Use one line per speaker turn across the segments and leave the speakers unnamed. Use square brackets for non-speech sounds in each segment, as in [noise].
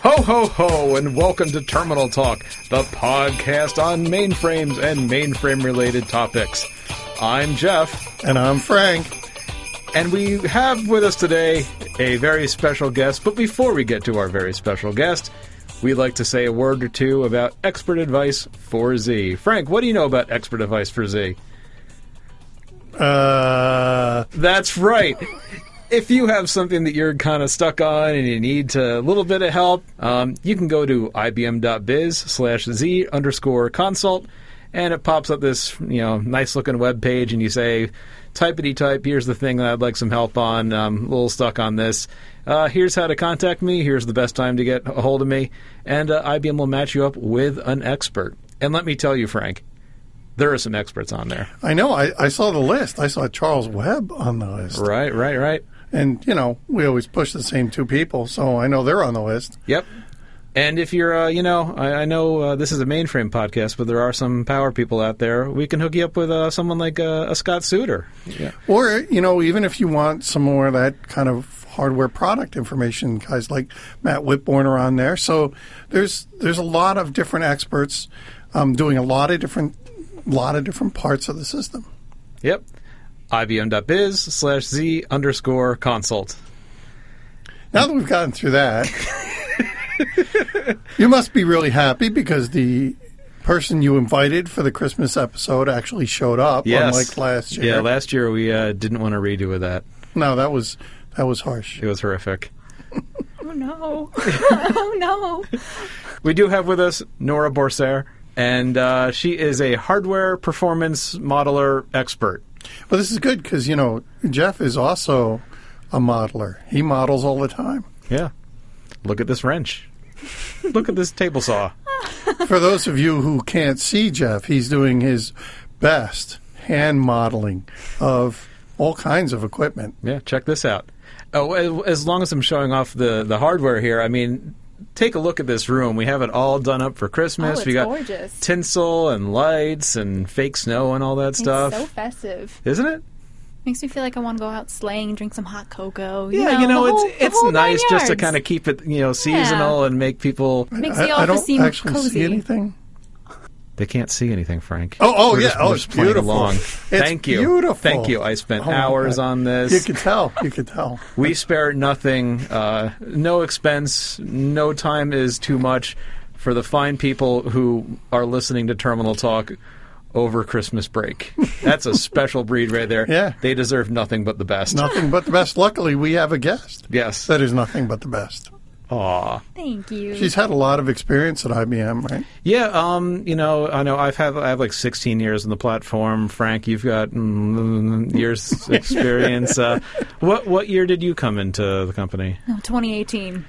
Ho, ho, ho, and welcome to Terminal Talk, the podcast on mainframes and mainframe related topics. I'm Jeff,
And I'm Frank.
and we have with us today a very special guest. But before we get to our very special guest, we'd like to say a word or two about expert advice for Z. Frank, what do you know about expert advice for Z?
Uh,
That's right. If you have something that you're kind of stuck on and you need to, a little bit of help, um, you can go to ibm.biz slash z underscore consult, and it pops up this you know nice looking web page, and you say, typeity type. Here's the thing that I'd like some help on. I'm a little stuck on this. Uh, here's how to contact me. Here's the best time to get a hold of me, and uh, IBM will match you up with an expert. And let me tell you, Frank, there are some experts on there.
I know. I, I saw the list. I saw Charles Webb on the list.
Right, right, right.
And, you know, we always push the same two people, so I know they're on the list.
Yep. And if you're, uh, you know, I, I know uh, this is a mainframe podcast, but there are some power people out there. We can hook you up with uh, someone like uh, a Scott Suter. Yeah.
Or, you know, even if you want some more of that kind of hardware product information, guys like Matt Whitborn are on there. So there's there's a lot of different experts um, doing a lot of different lot of different parts of the system.
Yep. IBM.biz slash Z underscore consult.
Now that we've gotten through that, you must be really happy because the person you invited for the Christmas episode actually showed up, unlike last year.
Yeah, last year we uh, didn't want to redo with that.
no, that was that was harsh.
It was horrific.
Oh no. [laughs] oh
[laughs]
no.
We do have with us Nora Borser, and uh, she is a hardware performance modeler expert.
But this is good because you know Jeff is also a modeler. He models all the time.
Yeah. Look at this wrench. Look at this table saw.
for those of you who can't see Jeff, he's doing his best hand modeling of all kinds of equipment.
Yeah, check this out. Oh, a- as long as I'm showing off the, the hardware here, I mean, take a look at this room. We have it all done up for Christmas.
Oh, it's
we got
gorgeous.
tinsel and lights and fake snow and all that stuff,
It's so festive.
isn't it?
Makes me feel like I want to go out sleighing, drink some hot cocoa.
yeah, you know, it's it's nice just to kind
of
of keep it you know seasonal and make people
makes
I,
the
I
office
don't
seem
actually
cozy.
see anything.
they can't see anything, Frank.
Oh, oh
We're
yeah,
just-
oh,
we're
it's
just playing
beautiful.
along.
It's
Thank you,
beautiful.
thank you. I spent
Oh, my
hours
God.
on this.
You could tell. You
[laughs]
could tell.
We spare nothing, uh, no expense, no time is too much for the fine people who are listening to Terminal Talk over Christmas break. That's a special breed right there.
Yeah.
They deserve nothing but the best.
Nothing but the best. Luckily, we have a guest
Yes.
that is nothing but the best.
Aw.
Thank you.
She's had a lot of experience at IBM, right?
Yeah, um, you know, I know I've had I have like 16 years on the platform. Frank, you've got mm,
[laughs]
years experience. Uh, what what year did you come into the company?
No, 2018.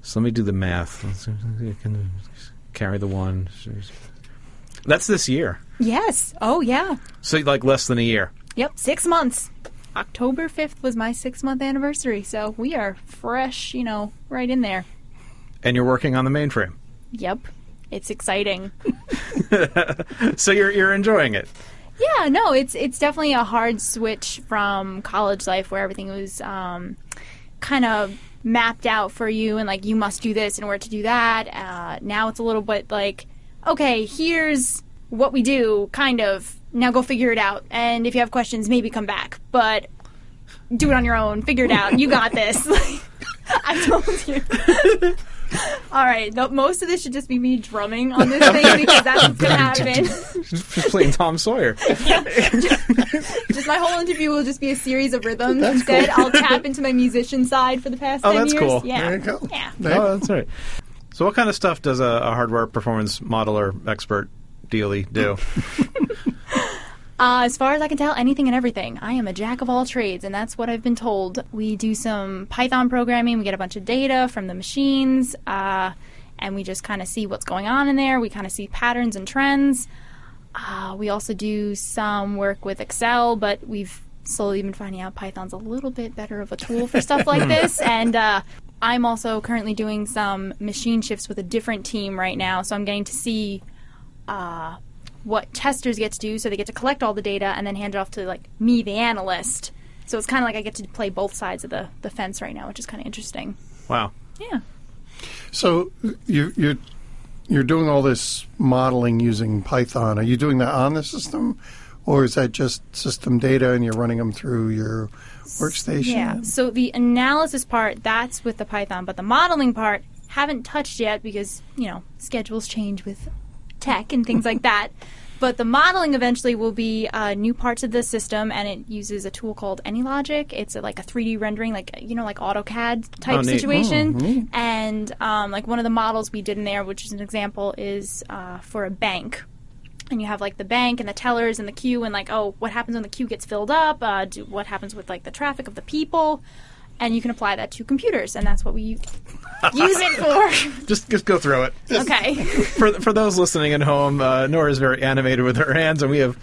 So let me do the math. Let's- you can Carry the one. That's this year.
Yes. Oh yeah.
So like less than a year.
Yep. Six months. October 5th was my six month anniversary, so we are fresh. You know, right in there.
And you're working on the mainframe.
Yep. It's exciting.
So you're you're enjoying it.
Yeah, no, it's it's definitely a hard switch from college life where everything was um, kind of mapped out for you and like you must do this in order to do that. Uh, now it's a little bit like, okay, here's what we do, kind of. Now go figure it out, and if you have questions, maybe come back, but do it on your own. Figure it out. You got this. [laughs] I told you. [laughs] All right, the, most of this should just be me drumming on this thing because that's what's gonna happen.
Just playing Tom Sawyer.
Just my whole interview will just be a series of rhythms.
That's
Instead, I'll tap into my musician side for the past
Oh,
10
that's
years.
cool.
Yeah.
There you go.
Yeah.
There you
Oh, that's right. So what kind of stuff does a, a hardware performance modeler expert dealy do?
Uh, as far as I can tell, anything and everything. I am a jack of all trades, and that's what I've been told. We do some Python programming. We get a bunch of data from the machines, uh, and we just kind of see what's going on in there. We kind of see patterns and trends. Uh, we also do some work with Excel, but we've slowly been finding out Python's a little bit better of a tool for stuff like this. And uh, I'm also currently doing some machine shifts with a different team right now, so I'm getting to see uh, what testers get to do. So they get to collect all the data and then hand it off to like me, the analyst. So it's kind of like I get to play both sides of the, the fence right now, which is kind of interesting.
Wow.
Yeah.
So you, you're you're doing all this modeling using Python. Are you doing that on the system, or is that just system data and you're running them through your workstation?
Yeah. So the analysis part, that's with the Python, but the modeling part haven't touched yet because, you know, schedules change with tech and things like that. But the modeling eventually will be uh, new parts of the system, and it uses a tool called AnyLogic. It's a, like a 3D rendering, like you know, like AutoCAD type
Oh, neat.
situation. And um, like one of the models we did in there, which is an example, is uh, for a bank and you have like the bank and the tellers and the queue and like oh what happens when the queue gets filled up uh, do, what happens with like the traffic of the people and you can apply that to computers and that's what we [laughs] u- use
[laughs]
it
Just just go through it.
for okay
for for those listening at home, uh, Nora's very animated with her hands, and we have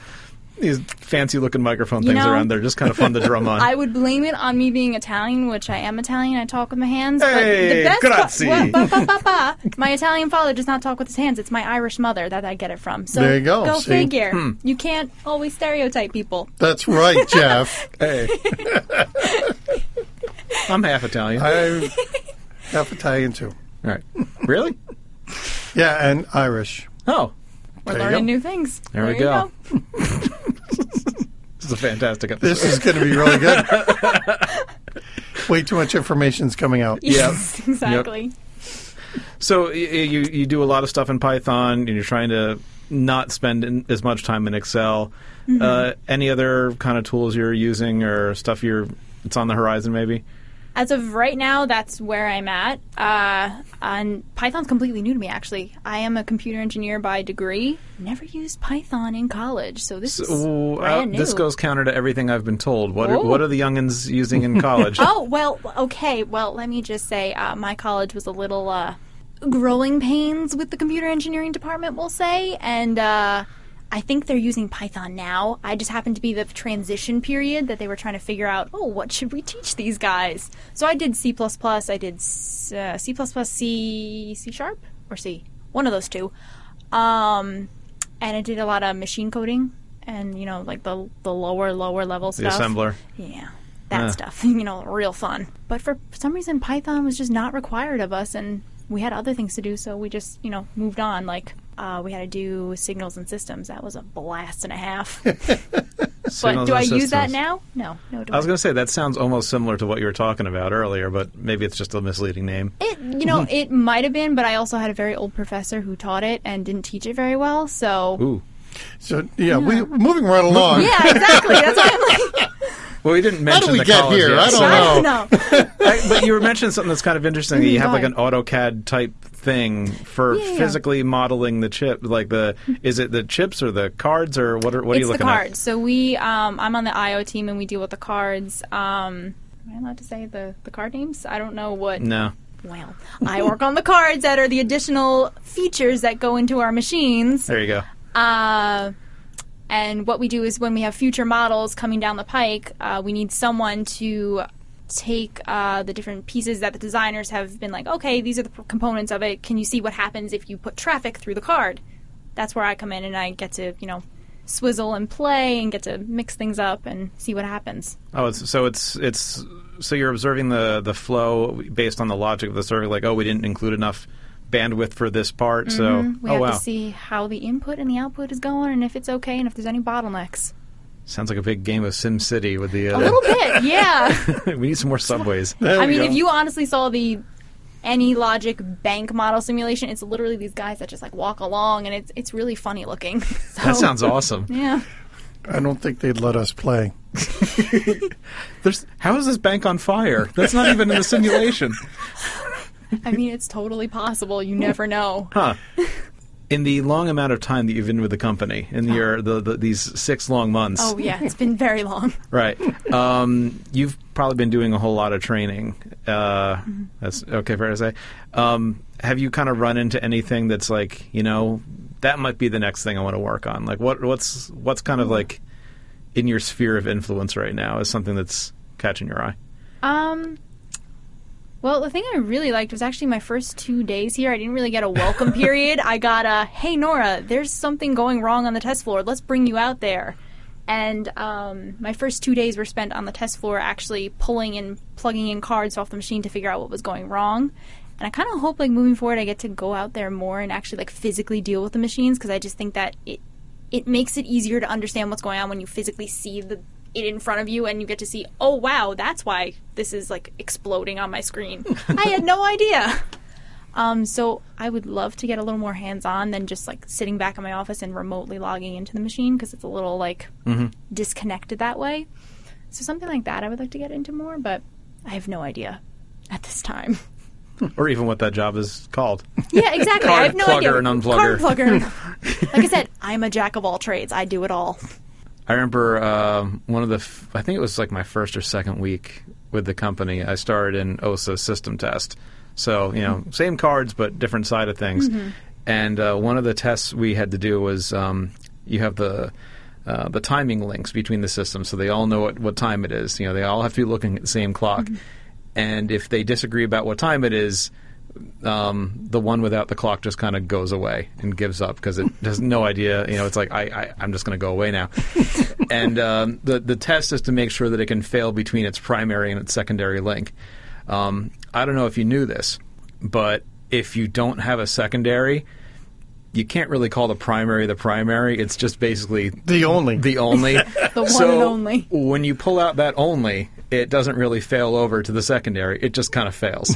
these fancy looking microphone
You
things
know,
around. They're just kind of fun to drum
[laughs]
on.
i would blame it on me being italian which i am italian i talk with my hands
Hey,
but the best
grazie.
pa- Wha- ba- ba- ba- ba. my italian father does not talk with his hands it's my irish mother that i get it from so
There you go. See?
figure
Hmm.
you can't always stereotype people
That's right, Jeff. [laughs]
hey, [laughs] I'm half Italian.
I'm half Italian too.
All right, really?
Yeah, and Irish.
Oh,
we're
There you
learning
go.
new things
There we
you
go. this is a fantastic episode.
This is going to be really
[laughs]
good. Way too much information's coming out.
[laughs] yes exactly
So y- y- you you do a lot of stuff in Python, and you're trying to not spend in, as much time in Excel.
Mm-hmm.
Uh, any other kind of tools you're using or stuff you're it's on the horizon maybe?
as of right now, that's where I'm at. Uh, and Python's completely new to me, actually. I am a computer engineer by degree. Never used Python in college, so this is
Ooh,
brand
uh,
new.
this goes counter to everything I've been told. What are,
Oh.
what are the youngins using in
[laughs]
college? [laughs]
Oh well, okay. Well, let me just say, uh, my college was a little uh, growing pains with the computer engineering department, we'll say, and. Uh, I think they're using Python now. I just happened to be the transition period that they were trying to figure out, oh, what should we teach these guys? So I did C, I did s- uh, C, C, C sharp, or C, one of those two. Um, and I did a lot of machine coding and, you know, like the, the lower, lower level
the
stuff.
assembler.
Yeah, that
Huh.
stuff. [laughs] You know, real fun. But for some reason, Python was just not required of us, and we had other things to do, so we just, you know, moved on. Like, uh, we had to do signals and systems. That was a blast and
[laughs]
a half. but
signals
do I
and
use that
systems.
now? No, no. Do
I was
I?
going to say that sounds almost similar to what you were talking about earlier, but maybe it's just a misleading name. [laughs]
It, you know, it might have been, but I also had a very old professor who taught it and didn't teach it very well. So,
Ooh.
So yeah, we moving right along.
yeah, exactly. That's why
[laughs]
I'm like,
Well, we didn't
How
mention
do we
the
get
college
here?
yet,
I
so-
don't know.
I don't know.
[laughs] I- but you were mentioning something that's kind of interesting. that you
Mm,
have like
go
an AutoCAD type thing for
Yeah.
physically modeling the chip. Like the is it the chips or the cards or what are what are you
it's the
looking
cards. So we, um, I'm on the IO team, and we deal with the cards. Um, am I allowed to say the the card names? I don't know what.
at? No.
Well, I work on the cards that are the additional features that go into our machines.
There you go.
Uh, and what we do is when we have future models coming down the pike, uh, we need someone to take uh, the different pieces that the designers have been like, okay, these are the p- components of it. Can you see what happens if you put traffic through the card? That's where I come in and I get to, you know, swizzle and play and get to mix things up and see what happens.
Oh, it's, so it's it's so you're observing the the flow based on the logic of the circuit. Like, oh, we didn't include enough bandwidth for this part. So,
Mm-hmm. We
oh
have
wow,
to see how the input and the output is going and if it's okay and if there's any bottlenecks.
sounds like a big game of Sim City with the.
A little
[laughs]
bit, yeah.
Uh, we need some more
[laughs]
subways.
There
I
we
mean,
go.
if you honestly saw the any logic bank model simulation, it's literally these guys that just like walk along, and it's it's really funny looking. [laughs] So,
That sounds awesome.
yeah.
I don't think they'd let us play.
There's how is this bank on fire? That's not even in the simulation.
I mean, it's totally possible. You never know.
Huh. In the long amount of time that you've been with the company, in your the, the, these six long months,
Oh yeah, it's been very long.
[laughs] right? Um, you've probably been doing a whole lot of training. Uh, That's okay, fair to say. Um, have you kind of run into anything that's like you know that might be the next thing I want to work on? Like what what's what's kind of like in your sphere of influence right now is something that's catching your eye.
Um. Well, the thing I really liked was actually my first two days here. I didn't really get a welcome period. I got a, hey, Nora, there's something going wrong on the test floor. Let's bring you out there. And um, my first two days were spent on the test floor actually pulling and plugging in cards off the machine to figure out what was going wrong. And I kind of hope like moving forward, I get to go out there more and actually like physically deal with the machines because I just think that it it makes it easier to understand what's going on when you physically see the it in front of you and you get to see oh wow that's why this is like exploding on
[laughs]
my screen i had no idea um, so i would love to get a little more hands-on than just like sitting back in my office and remotely logging into the machine because it's a little like
Mm-hmm.
disconnected that way so something like that i would like to get into more but i have no idea at
[laughs]
this time
or even what that job is called.
yeah exactly i have no
Card
idea
plugger and unplugger.
Card
[laughs]
plugger. like i said i'm a jack of all trades i do it all
I remember um one of the, f- I think it was like my first or second week with the company. I started in OSA system test. So, you know, same cards, but different side of things. And uh, one of the tests we had to do was um, you have the, uh, the timing links between the systems. So they all know what, what time it is. You know, they all have to be looking at the same clock. And if they disagree about what time it is, um, the one without the clock just kind of goes away and gives up because it has no idea. You know, it's like I, I I'm just going to go away now. and um, the the test is to make sure that it can fail between its primary and its secondary link. Um, I don't know if you knew this, but if you don't have a secondary, you can't really call the primary the primary. It's just basically
The only.
the only.
[laughs] The one
So
and only.
When you pull out that only, it doesn't really fail over to the secondary. It just kind of
[laughs]
fails.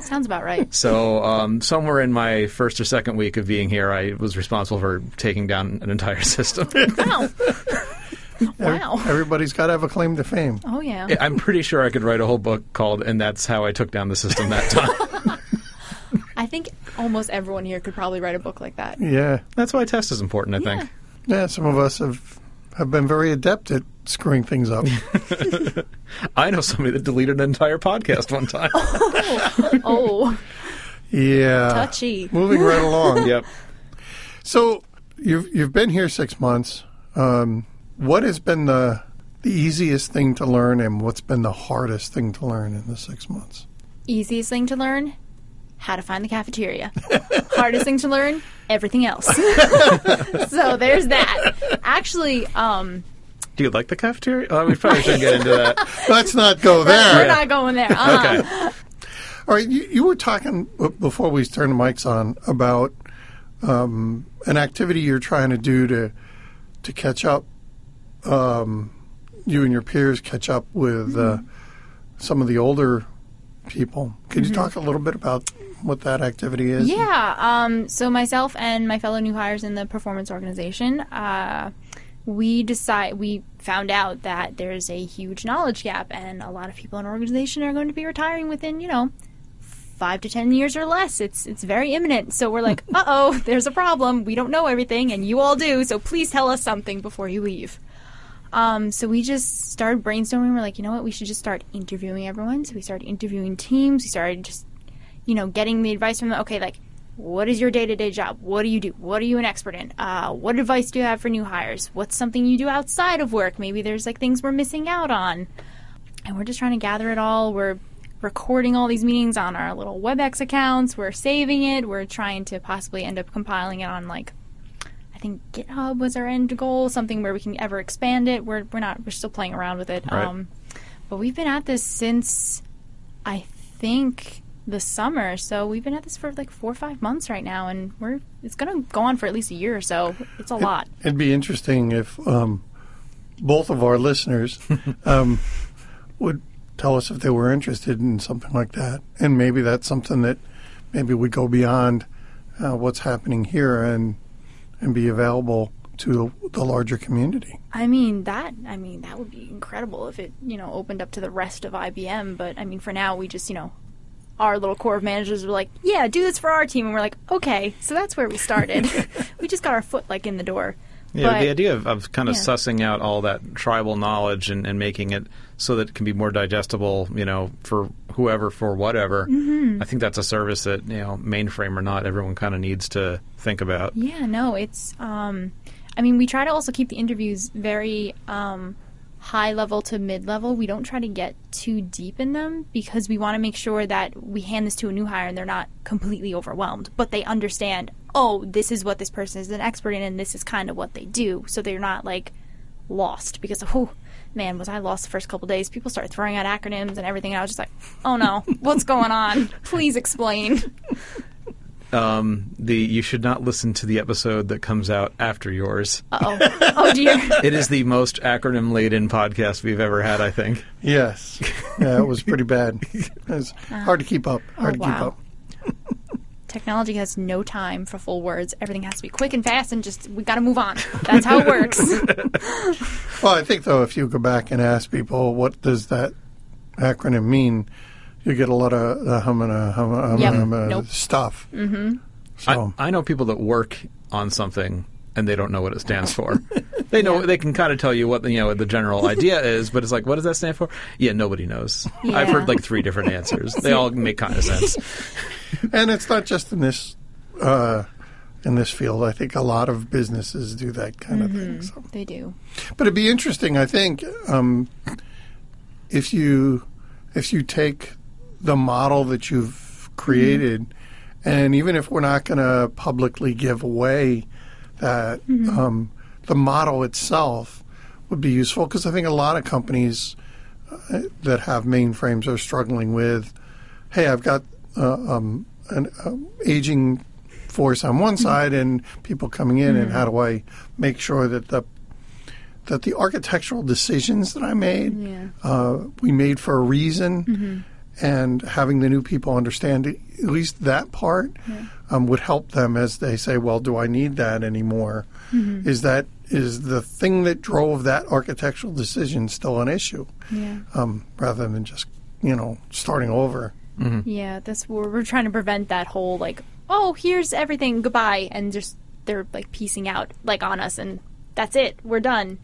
sounds about right
So um, somewhere in my first or second week of being here, I was responsible for taking down an entire [laughs] system.
Wow. wow.
Everybody's got to have a claim to fame.
Oh, yeah.
[laughs] I'm pretty sure I could write a whole book called "And That's How I Took Down the System That [laughs] Time."
I think almost everyone here could probably write a book like that.
Yeah.
That's why test is important, I
Yeah.
think.
Yeah, some of us have have been very adept at screwing things
[laughs]
up.
I know somebody that deleted an entire podcast one [laughs] time.
Oh,
yeah.
touchy.
Moving right along.
yep.
So you've you've been here six months. Um, what has been the the easiest thing to learn, and what's been the hardest thing to learn in the six months?
Easiest thing to learn? How to find the cafeteria. Hardest thing to learn? Everything else. [laughs] so there's that. Actually, um,
Do you like the cafeteria? Oh, we probably shouldn't get into [laughs] that.
Let's not go there.
we're not going there. Uh-huh.
Okay.
All right, you, you were talking b- before we turned the mics on about um, an activity you're trying to do to to catch up. Um, you and your peers catch up with
Mm-hmm.
uh, some of the older people. Could you talk a little bit about what that activity is?
Mm-hmm. Yeah. Um, so myself and my fellow new hires in the performance organization, uh, we decide we found out that there's a huge knowledge gap, and a lot of people in our organization are going to be retiring within you know five to ten years or less. It's it's very imminent. So we're like, uh oh, there's a problem. We don't know everything, and you all do. So please tell us something before you leave. Um, so we just started brainstorming. We're like, you know what? We should just start interviewing everyone. So we started interviewing teams. We started just you know, getting the advice from them. Okay, like, what is your day to day job? What do you do? What are you an expert in? Uh, what advice do you have for new hires? What's something you do outside of work? Maybe there's like things we're missing out on. And we're just trying to gather it all. We're recording all these meetings on our little WebEx accounts. We're saving it. We're trying to possibly end up compiling it on like, I think GitHub was our end goal, something where we can ever expand it. We're, we're not, we're still playing around with it.
Right.
Um, but we've been at this since I think the summer. So we've been at this for like four or five months right now, and we're it's gonna go on for at least a year or so. It's a lot.
It'd be interesting if um, both of our listeners um, would tell us if they were interested in something like that, and maybe that's something that maybe would go beyond uh, what's happening here and and be available to the larger community.
I mean that. I mean that would be incredible if it you know opened up to the rest of IBM. But I mean for now we just you know our little core of managers were like, yeah, do this for our team, and we're like, okay. So that's where we started. we just got our foot like in the door.
Yeah,
But-
the idea of, of kind of
Yeah.
sussing out all that tribal knowledge and, and making it so that it can be more digestible, you know, for whoever, for whatever. I think that's a service that, you know, mainframe or not, everyone kind of needs to think about.
Yeah, no, it's. Um, I mean, we try to also keep the interviews very um, high level to mid level. We don't try to get too deep in them because we want to make sure that we hand this to a new hire and they're not completely overwhelmed, but they understand. Oh, this is what this person is an expert in, and this is kind of what they do. So they're not like lost because oh, man, was I lost the first couple days. People started throwing out acronyms and everything. And I was just like, oh no, what's going on? Please explain.
Um, the you should not listen to the episode that comes out after yours.
Uh oh. Oh dear.
It is the most acronym laden podcast we've ever had, I think.
Yes. Yeah, it was pretty bad. It was hard to keep up. Hard
Oh,
to keep
wow.
up.
Technology has no time for full words. Everything has to be quick and fast and just, we got to move on. That's how it [laughs] works.
Well, I think though, if you go back and ask people what does that acronym mean, you get a lot of uh, hum and uh, hum, hum,
Yep.
hum, uh,
Nope.
stuff. Mm-hmm. So
I, I know people that work on something and they don't know what it stands for. they know they can kind of tell you what the, you know the general idea is, but it's like, what does that stand for? Yeah, nobody knows. I've
Yeah.
heard like three different answers. They all make kind of sense.
and it's not just in this uh, in this field. I think a lot of businesses do that kind of thing. So.
they do.
But it'd be interesting, I think, um, if you if you take the model that you've created, and even if we're not going to publicly give away that, um, the model itself would be useful because I think a lot of companies uh, that have mainframes are struggling with, hey, I've got uh, um, an um, aging force on one side and people coming in, and how do I make sure that the that the architectural decisions that I made,
Yeah.
uh, we made for a reason, and having the new people understand it, at least that part um, would help them as they say, "Well, do I need that anymore? Is that is the thing that drove that architectural decision still an issue?"
Yeah.
Um, rather than just you know starting over.
Hmm. Yeah, that's we're, we're trying to prevent that whole like, oh, here's everything, goodbye, and just they're like piecing out like on us, and that's it, we're done.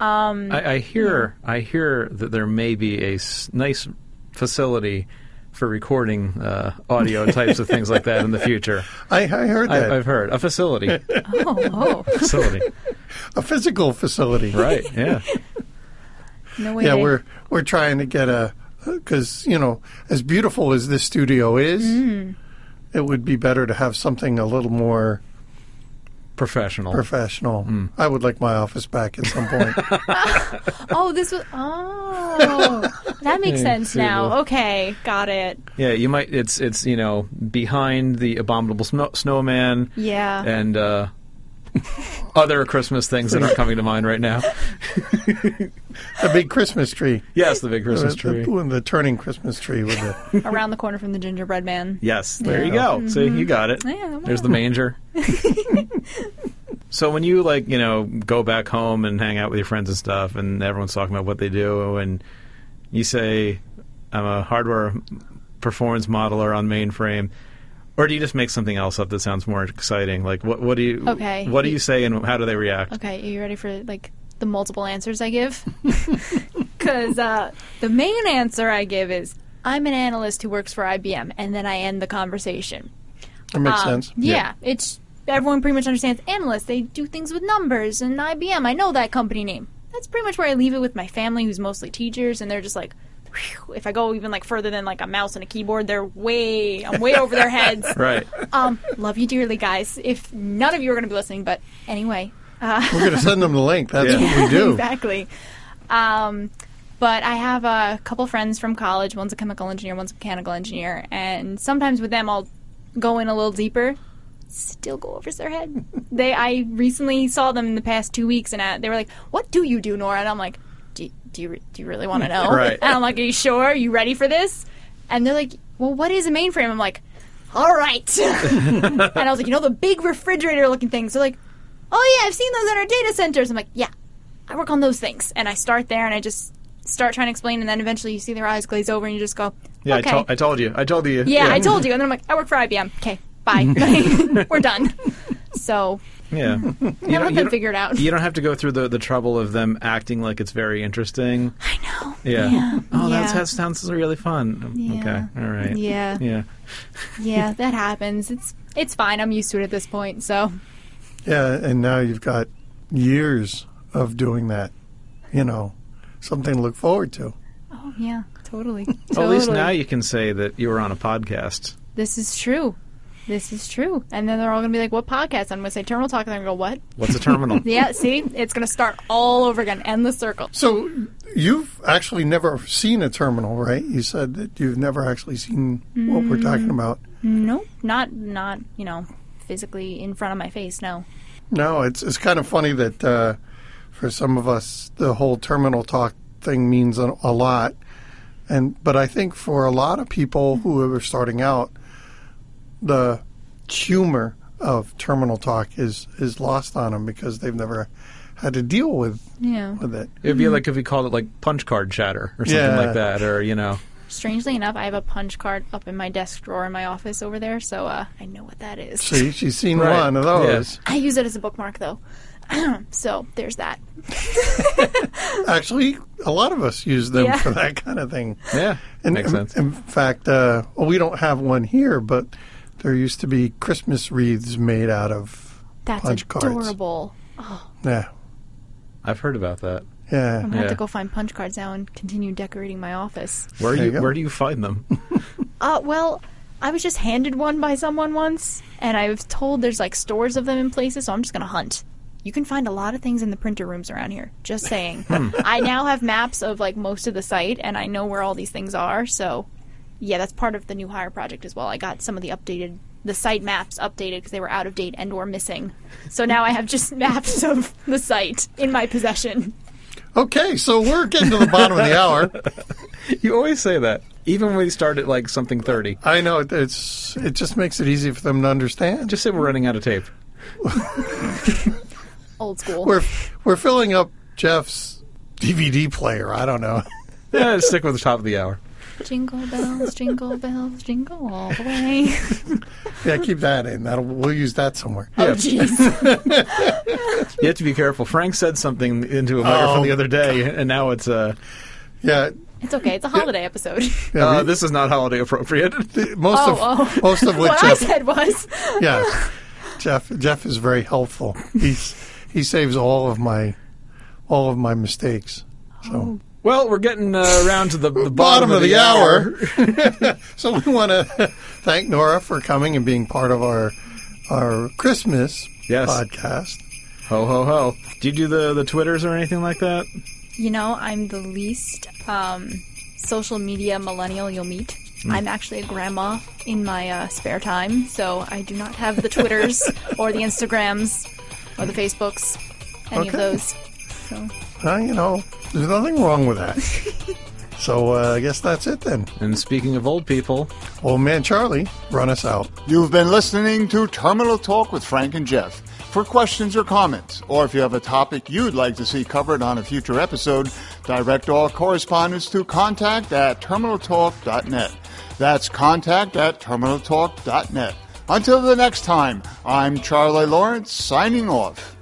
Um,
I, I hear I hear that there may be a s- nice facility for recording uh, audio types of things like that in the future.
I, I heard that
I, I've heard a facility,
[laughs] oh, oh,
facility,
a physical facility,
right? Yeah,
no way.
Yeah,
they-
we're we're trying to get a because you know as beautiful as this studio is,
Mm-hmm.
it would be better to have something a little more
professional.
professional.
Hmm.
I would like my office back at some
[laughs]
point.
oh, this was oh,
[laughs]
that makes sense
Inconceivable.
now. Okay, got it.
Yeah, you might. It's it's you know behind the abominable snow, snowman
Yeah,
and uh, [laughs] other Christmas things that aren't coming to mind right now. [laughs]
the big Christmas tree,
Yes, the big Christmas tree.
The- the, the turning Christmas tree with
[laughs]
the
around the corner from the gingerbread man.
Yes, there you go. See, you got it.
Mm-hmm. Yeah,
There's the
[laughs]
manger. so when you like, you know, go back home and hang out with your friends and stuff, and everyone's talking about what they do, and you say, "I'm a hardware performance modeler on mainframe," or do you just make something else up that sounds more exciting? Like, what what do you
Okay.
what do you say, and how do they react?
Okay, are you ready for like the multiple answers I give? Because uh, the main answer I give is I'm an analyst who works for IBM, and then I end the conversation.
That makes
Um,
sense.
Yeah, it's everyone pretty much understands analysts. They do things with numbers and IBM. I know that company name. That's pretty much where I leave it with my family, who's mostly teachers, and they're just like. "Phew." If I go even like further than like a mouse and a keyboard, they're way I'm way over their heads.
Right.
Um, love you dearly, guys. If none of you are going to be listening, but anyway, uh,
We're going to send them the link. That's
Yeah.
what we do.
[laughs] exactly. Um, but I have a couple friends from college. One's a chemical engineer, one's a mechanical engineer, and sometimes with them I'll go in a little deeper. Still go over their head. They, I recently saw them in the past two weeks, and I, they were like, "What do you do, Nora?" And I'm like, "Do, do you re- do you really want to know?"
Right.
And I'm like, "Are you sure? Are you ready for this?" And they're like, "Well, what is a mainframe?" I'm like, "All right." and I was like, "You know the big refrigerator-looking things?" They're like, "Oh yeah, I've seen those at our data centers." I'm like, "Yeah, I work on those things. And I start there and I just start trying to explain. And then eventually you see their eyes glaze over and you just go,
Yeah,
okay.
I, tol- I told you. I told you.
yeah, I told you. And then I'm like, I work for IBM. Okay,
[laughs]
bye. [laughs] We're done. So [laughs]
Yeah. You
I
don't-
haven't
you
been
don't-
figured out.
You don't have to go through the, the trouble of them acting like it's very interesting. I know. Yeah. Oh, that's-
Yeah.
that sounds really fun. Um,
Yeah.
Okay. All right.
[laughs] Yeah.
Yeah.
Yeah, that happens. It's it's fine. I'm used to it at this point. So
Yeah, and now you've got years of doing that. You know, something to look forward to.
Oh
[laughs]
yeah, totally.
Well, at least now you can say that you were on a podcast.
This is true. This is true. And then they're all going to be like, what podcast? I'm going to say Terminal Talk, and they're going to go, what?
What's a terminal?
[laughs] Yeah, see? It's going to start all over again. Endless circle.
So you've actually never seen a terminal, right? You said that you've never actually seen what we're talking about.
No, not, not, you know, physically in front of my face, no.
No, it's it's kind of funny that uh, for some of us the whole terminal talk thing means a, a lot, and but I think for a lot of people who are starting out, the humor of terminal talk is is lost on them because they've never had to deal with
Yeah.
with it.
It'd be like if we called it like punch card chatter or something
Yeah.
like that, or you know,
Strangely enough, I have a punch card up in my desk drawer in my office over there, so uh, I know what that is.
See, she's seen
Right.
one of those.
I use it as a bookmark, though. [clears throat] so there's that.
Actually, a lot of us use them
Yeah.
for that kind of thing.
yeah,
In-
makes
in-
sense.
In fact, uh, well, we don't have one here, but there used to be Christmas wreaths made out of.
That's
Punch cards.
adorable.
Yeah,
I've heard about that.
yeah.
I'm gonna have
Yeah.
to go find punch cards now and continue decorating my office.
Where
There
you,
you go.
where do you find them? [laughs]
Uh, well, I was just handed one by someone once, and I was told there's like stores of them in places, so I'm just gonna hunt. You can find a lot of things in the printer rooms around here. Just saying. I now have maps of like most of the site, and I know where all these things are. So, yeah, that's part of the new hire project as well. I got some of the updated the site maps updated because they were out of date and or missing. So now I have just [laughs] maps of the site in my possession.
Okay, so we're getting to the bottom of the
[laughs]
hour.
you always say that, even when we start at like something thirty.
I know it, it's it just makes it easy for them to understand.
Just say we're running out of tape.
Old school.
We're we're filling up Jeff's DVD player. I don't know. [laughs]
Yeah, [laughs] stick with the top of the hour.
Jingle bells, jingle bells, jingle all the way.
Yeah, keep that in. That'll we'll use that somewhere.
Oh, jeez.
You have to be careful. Frank said something into a microphone
Oh.
the other day, and now it's uh,
Yeah,
it's okay. It's a
[laughs]
holiday episode.
yeah,
uh
we-
this is not holiday appropriate.
most
Oh,
of
oh.
most of what
[laughs] what I
Jeff
said was,
yeah. Jeff Jeff is very helpful. He's he saves all of my all of my mistakes. So
[laughs] Well, we're getting uh, around to the, the [laughs] bottom,
bottom of the hour.
[laughs]
[laughs] so we want to thank Nora for coming and being part of our our Christmas
Yes.
podcast.
Ho ho ho! Do you do the the twitters or anything like that?
you know, I'm the least um, social media millennial you'll meet.
Hmm.
I'm actually a grandma in my uh, spare time, so I do not have
[laughs]
the Twitters or the Instagrams or the Facebooks, any of
Okay.
those. So
Uh, you know, there's nothing wrong with [laughs] that. so uh, I guess that's it then.
And speaking of old people,
Old man Charlie, run us out.
You've been listening to Terminal Talk with Frank and Jeff. For questions or comments, or if you have a topic you'd like to see covered on a future episode, direct all correspondence to contact at terminaltalk.net. That's contact at terminaltalk.net. Until the next time, I'm Charlie Lawrence signing off.